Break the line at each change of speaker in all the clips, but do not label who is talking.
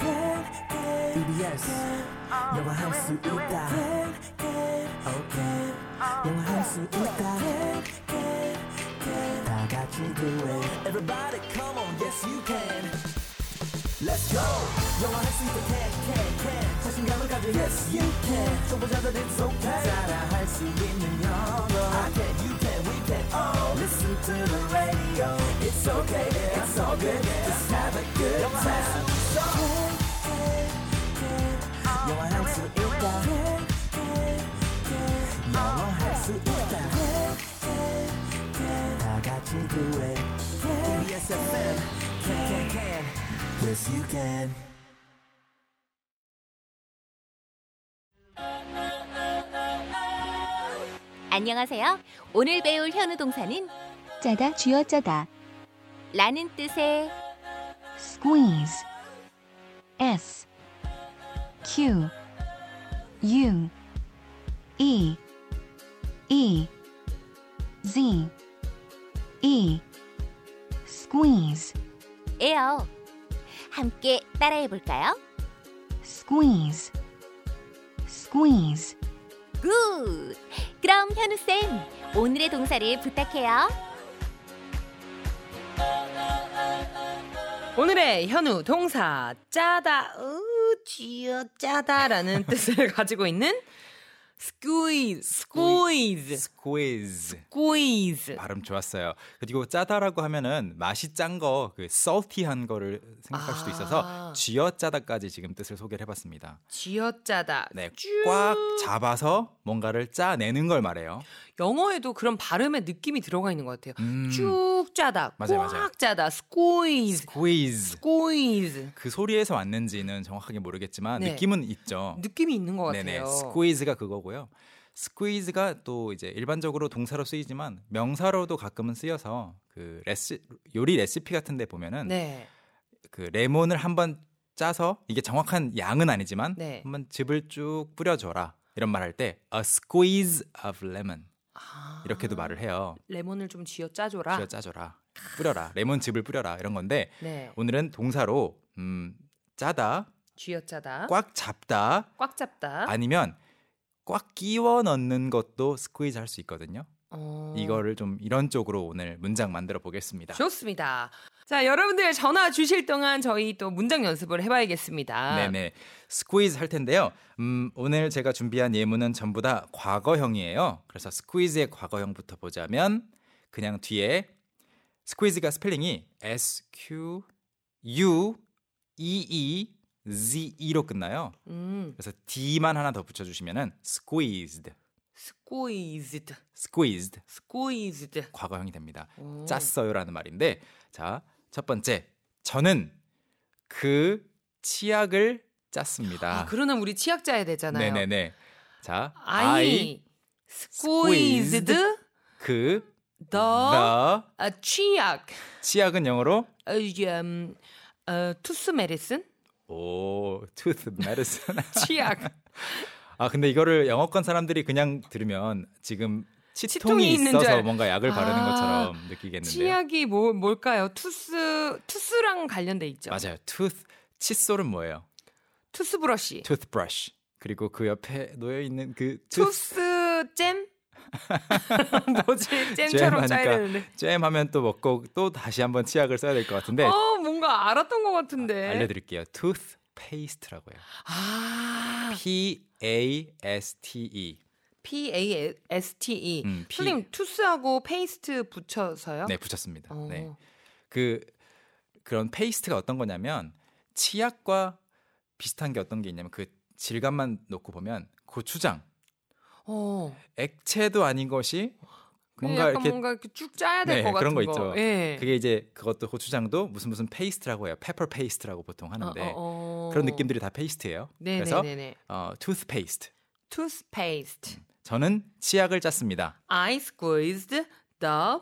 E yes 영화할 수 있다 E okay 영화할 수 있다 다 같이 do it everybody come on yes you can Let's go 영화할 수 있다 can E can can 자신감을 가져 yes you can 초보자들 it's okay 따라할 수 있는 영어 I can you can we can all listen to the radio it's okay yeah, it's all good just have a good time 영화할 수 있다 영화할 수 있다 다 같이 do it KBS FM can can can yes you can
안녕하세요. 오늘 배울 현우 동사는
짜다 쥐어짜다
라는 뜻의
squeeze s q u e e z e squeeze
에요. 함께 따라해 볼까요?
squeeze squeeze
굿! 그럼 현우 쌤, 오늘의 동사를 부탁해요.
오늘의 현우 동사 짜다 으 쥐어 짜다라는 뜻을 가지고 있는 squeeze squeeze
스퀴즈.
squeeze
발음 좋았어요. 그리고 짜다라고 하면은 맛이 짠 거, 그 salty한 거를 생각할 수도
아.
있어서 쥐어 짜다까지 지금 뜻을 소개를 해봤습니다.
쥐어 짜다
네,
쭈.
꽉 잡아서 뭔가를 짜내는 걸 말해요.
영어에도 그런 발음의 느낌이 들어가 있는 것 같아요.
음.
쭉 짜다
맞아요,
꽉
맞아요.
짜다 squeeze
퀴즈.
squeeze
그 소리에서 왔는지는 정확하게 모르겠지만
네.
느낌은 있죠.
느낌이 있는 것 같아요.
어. 네네, 스퀴즈가 그거고요. 스퀴즈가 또 이제 일반적으로 동사로 쓰이지만 명사로도 가끔은 쓰여서 그 레시 요리 레시피 같은데 보면은
네.
그 레몬을 한번 짜서 이게 정확한 양은 아니지만
네.
한번 즙을 쭉 뿌려줘라 이런 말 할 때 a squeeze of lemon
아,
이렇게도 말을 해요.
레몬을 좀 쥐어 짜줘라.
뿌려 짜줘라, 뿌려라, 레몬 즙을 뿌려라 이런 건데
네.
오늘은 동사로 음, 짜다,
쥐어 짜다 꽉,
꽉 잡다
잡다.
아니면 꽉 끼워 넣는 것도 스퀴즈 할 수 있거든요.
어.
이거를 좀 이런 쪽으로 오늘 문장 만들어 보겠습니다.
좋습니다. 자, 여러분들 전화 주실 동안 저희 또 문장 연습을 해봐야겠습니다.
네네. 스퀴즈 할 텐데요. 음, 오늘 제가 준비한 예문은 전부 다 과거형이에요. 그래서 스퀴즈의 과거형부터 보자면 그냥 뒤에 스퀴즈가 스펠링이 S Q U E E Z E로 끝나요.
음,
그래서 D만 하나 더 붙여주시면은 squeezed,
squeezed,
squeezed
squeezed.
과거형이 됩니다.
오.
짰어요라는 말인데 자 첫 번째 저는 그 치약을 짰습니다.
아, 그러면 우리 치약 짜야 되잖아요.
네네네. 자, I,
I, squeezed
그,
the
the,
아, 치약.
치약은 영어로
어, 음, 어, 투스 메디슨?
오, tooth medicine.
치약.
아, 근데 이거를 영어권 사람들이 그냥 들으면 지금 치통이,
치통이 있는
있어서
줄 알-
뭔가 약을 바르는
아,
것처럼 느끼겠는데요.
치약이 뭐, 뭘까요? 투스, 투스랑 관련돼 있죠.
맞아요. tooth 칫솔은 뭐예요?
투스 브러쉬.
toothbrush. 그리고 그 옆에 놓여 있는 그 tooth
투스 잼? 뭐지? 잼처럼
잼하니까 네.
짜야 되는데.
잼 하면 또 먹고 또 다시 한번 치약을 써야 될 것 같은데
어 네. 뭔가 알았던 것 같은데.
알려드릴게요. tooth paste라고 해요.
아
P A S T E.
P A S T E.
음, P-
선생님 투스하고 페이스트 붙여서요?
네, 붙였습니다.
어.
네. 그 그런 페이스트가 어떤 거냐면 치약과 비슷한 게 어떤 게 있냐면 그 질감만 놓고 보면 고추장
어.
액체도 아닌 것이 뭔가
약간
이렇게
뭔가 이렇게 쭉 짜야 될
네,
것 같은
그런 거 있죠.
예.
그게 이제 그것도 고추장도 무슨 무슨 페이스트라고 해요. 페퍼 페이스트라고 보통 하는데
어, 어, 어.
그런 느낌들이 다 페이스트예요.
네,
그래서
네, 네, 네.
어, 투스페이스트. 음.
투스페이스트.
저는 치약을 짰습니다.
I squeezed the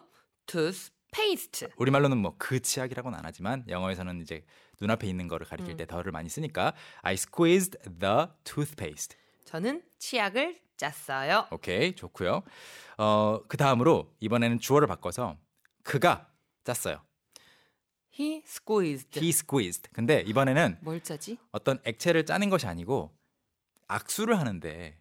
toothpaste.
우리말로는 뭐 그 치약이라고는 안 하지만 영어에서는 이제 눈앞에 있는 거를 가리킬 때 더를 많이 쓰니까 I squeezed the toothpaste.
저는 치약을 짰어요.
오케이 좋고요. 어, 그 다음으로 이번에는 주어를 바꿔서 그가 짰어요.
He squeezed.
he squeezed. 근데 이번에는
뭘 짜지?
어떤 액체를 짜는 것이 아니고 악수를 하는데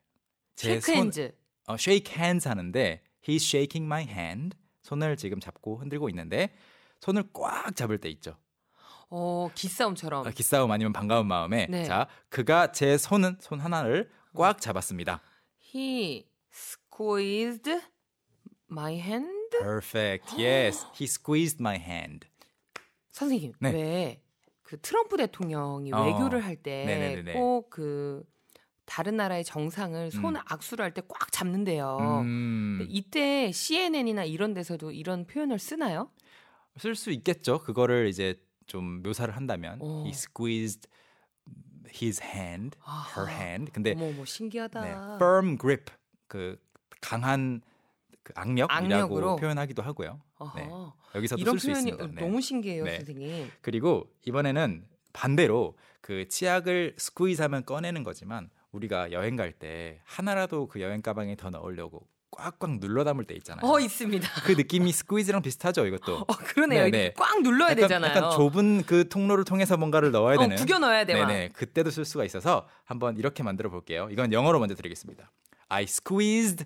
제
체크
손,
핸즈.
어, shake hands 하는데 he's shaking my hand. 손을 지금 잡고 흔들고 있는데 손을 꽉 잡을 때 있죠.
어, 기싸움처럼.
어, 기싸움 아니면 반가운 마음에
네. 어.
자 그가 제 손은 손 하나를 꽉 잡았습니다.
He squeezed my hand.
Perfect. Yes. He squeezed my hand.
선생님,
네.
왜 그 트럼프 대통령이
어.
외교를
네네네네.
할 때 꼭 그 다른 나라의 정상을 손
음.
악수를 할 때 꽉 잡는데요. 어. 근데
음,
이때 CNN이나 이런 데서도 이런 표현을 쓰나요?
쓸 수 있겠죠. 그거를 이제 좀 묘사를 한다면
어.
he squeezed his hand, her
아하.
hand. 근데
어머, 어머, 신기하다.
네, firm grip 그 강한 그 악력이라고
악력으로?
표현하기도 하고요.
어허.
네, 여기서도
이런
쓸 수
표현이
있습니다. 네.
너무 신기해요,
네.
선생님.
그리고 이번에는 반대로 그 치약을 스쿠이즈하면 꺼내는 거지만 우리가 여행 갈 때 하나라도 그 여행 가방에 더 넣으려고 꽉꽉 눌러 담을 때 있잖아요.
어, 있습니다.
그 느낌이 스쿠이즈랑 비슷하죠, 이것도.
어, 그러네요.
네, 네.
이렇게 꽉 눌러야
약간,
되잖아요.
약간 좁은 그 통로를 통해서 뭔가를 넣어야
어,
되는.
구겨 넣어야 돼. 막.
네네. 그때도 쓸 수가 있어서 한번 이렇게 만들어 볼게요. 이건 영어로 먼저 드리겠습니다. I squeezed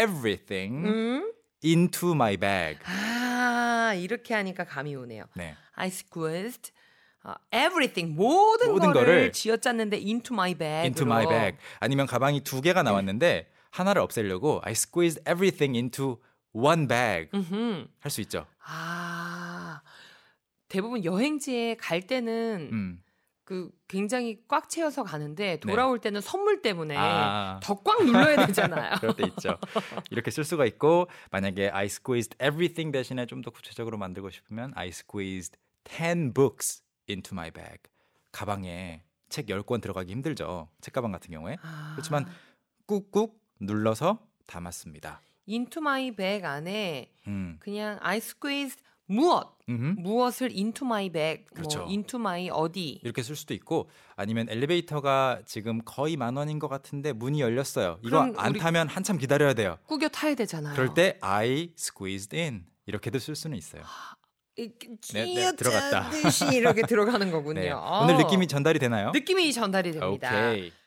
everything
음?
into my bag.
아, 이렇게 하니까 감이 오네요.
네.
I squeezed 어, everything 모든,
모든
거를,
거를
쥐어짰는데 into my bag.
into my bag. 아니면 가방이 두 개가 나왔는데 하나를 없애려고 I squeezed everything into one bag 할 수 있죠.
아. 대부분 여행지에 갈 때는
음. 네.
그 굉장히 꽉 채워서 가는데 돌아올 때는 선물 때문에
아.
더 꽉 눌러야 되잖아요.
그럴 때 있죠. 이렇게 쓸 수가 있고 만약에 I squeezed everything 대신에 좀 더 구체적으로 만들고 싶으면 I squeezed 10 books into my bag. 가방에 책 10권 들어가기 힘들죠. 책가방 같은 경우에.
아,
그렇지만 꾹꾹 눌러서 담았습니다.
into my bag 안에
음.
그냥 I squeezed 무엇
음흠.
무엇을 into my bag
그렇죠.
뭐 into my 어디
이렇게 쓸 수도 있고 아니면 엘리베이터가 지금 거의 만 원인 것 같은데 문이 열렸어요. 이거
그럼
안
우리-
타면 한참 기다려야 돼요.
꾸겨 타야 되잖아요.
그럴 때 I squeezed in 이렇게도 쓸 수는 있어요. 네, 네, 들어갔다.
듯이 이렇게 들어가는 거군요.
네.
어.
오늘 느낌이 전달이 되나요?
느낌이 전달이 됩니다.
오케이.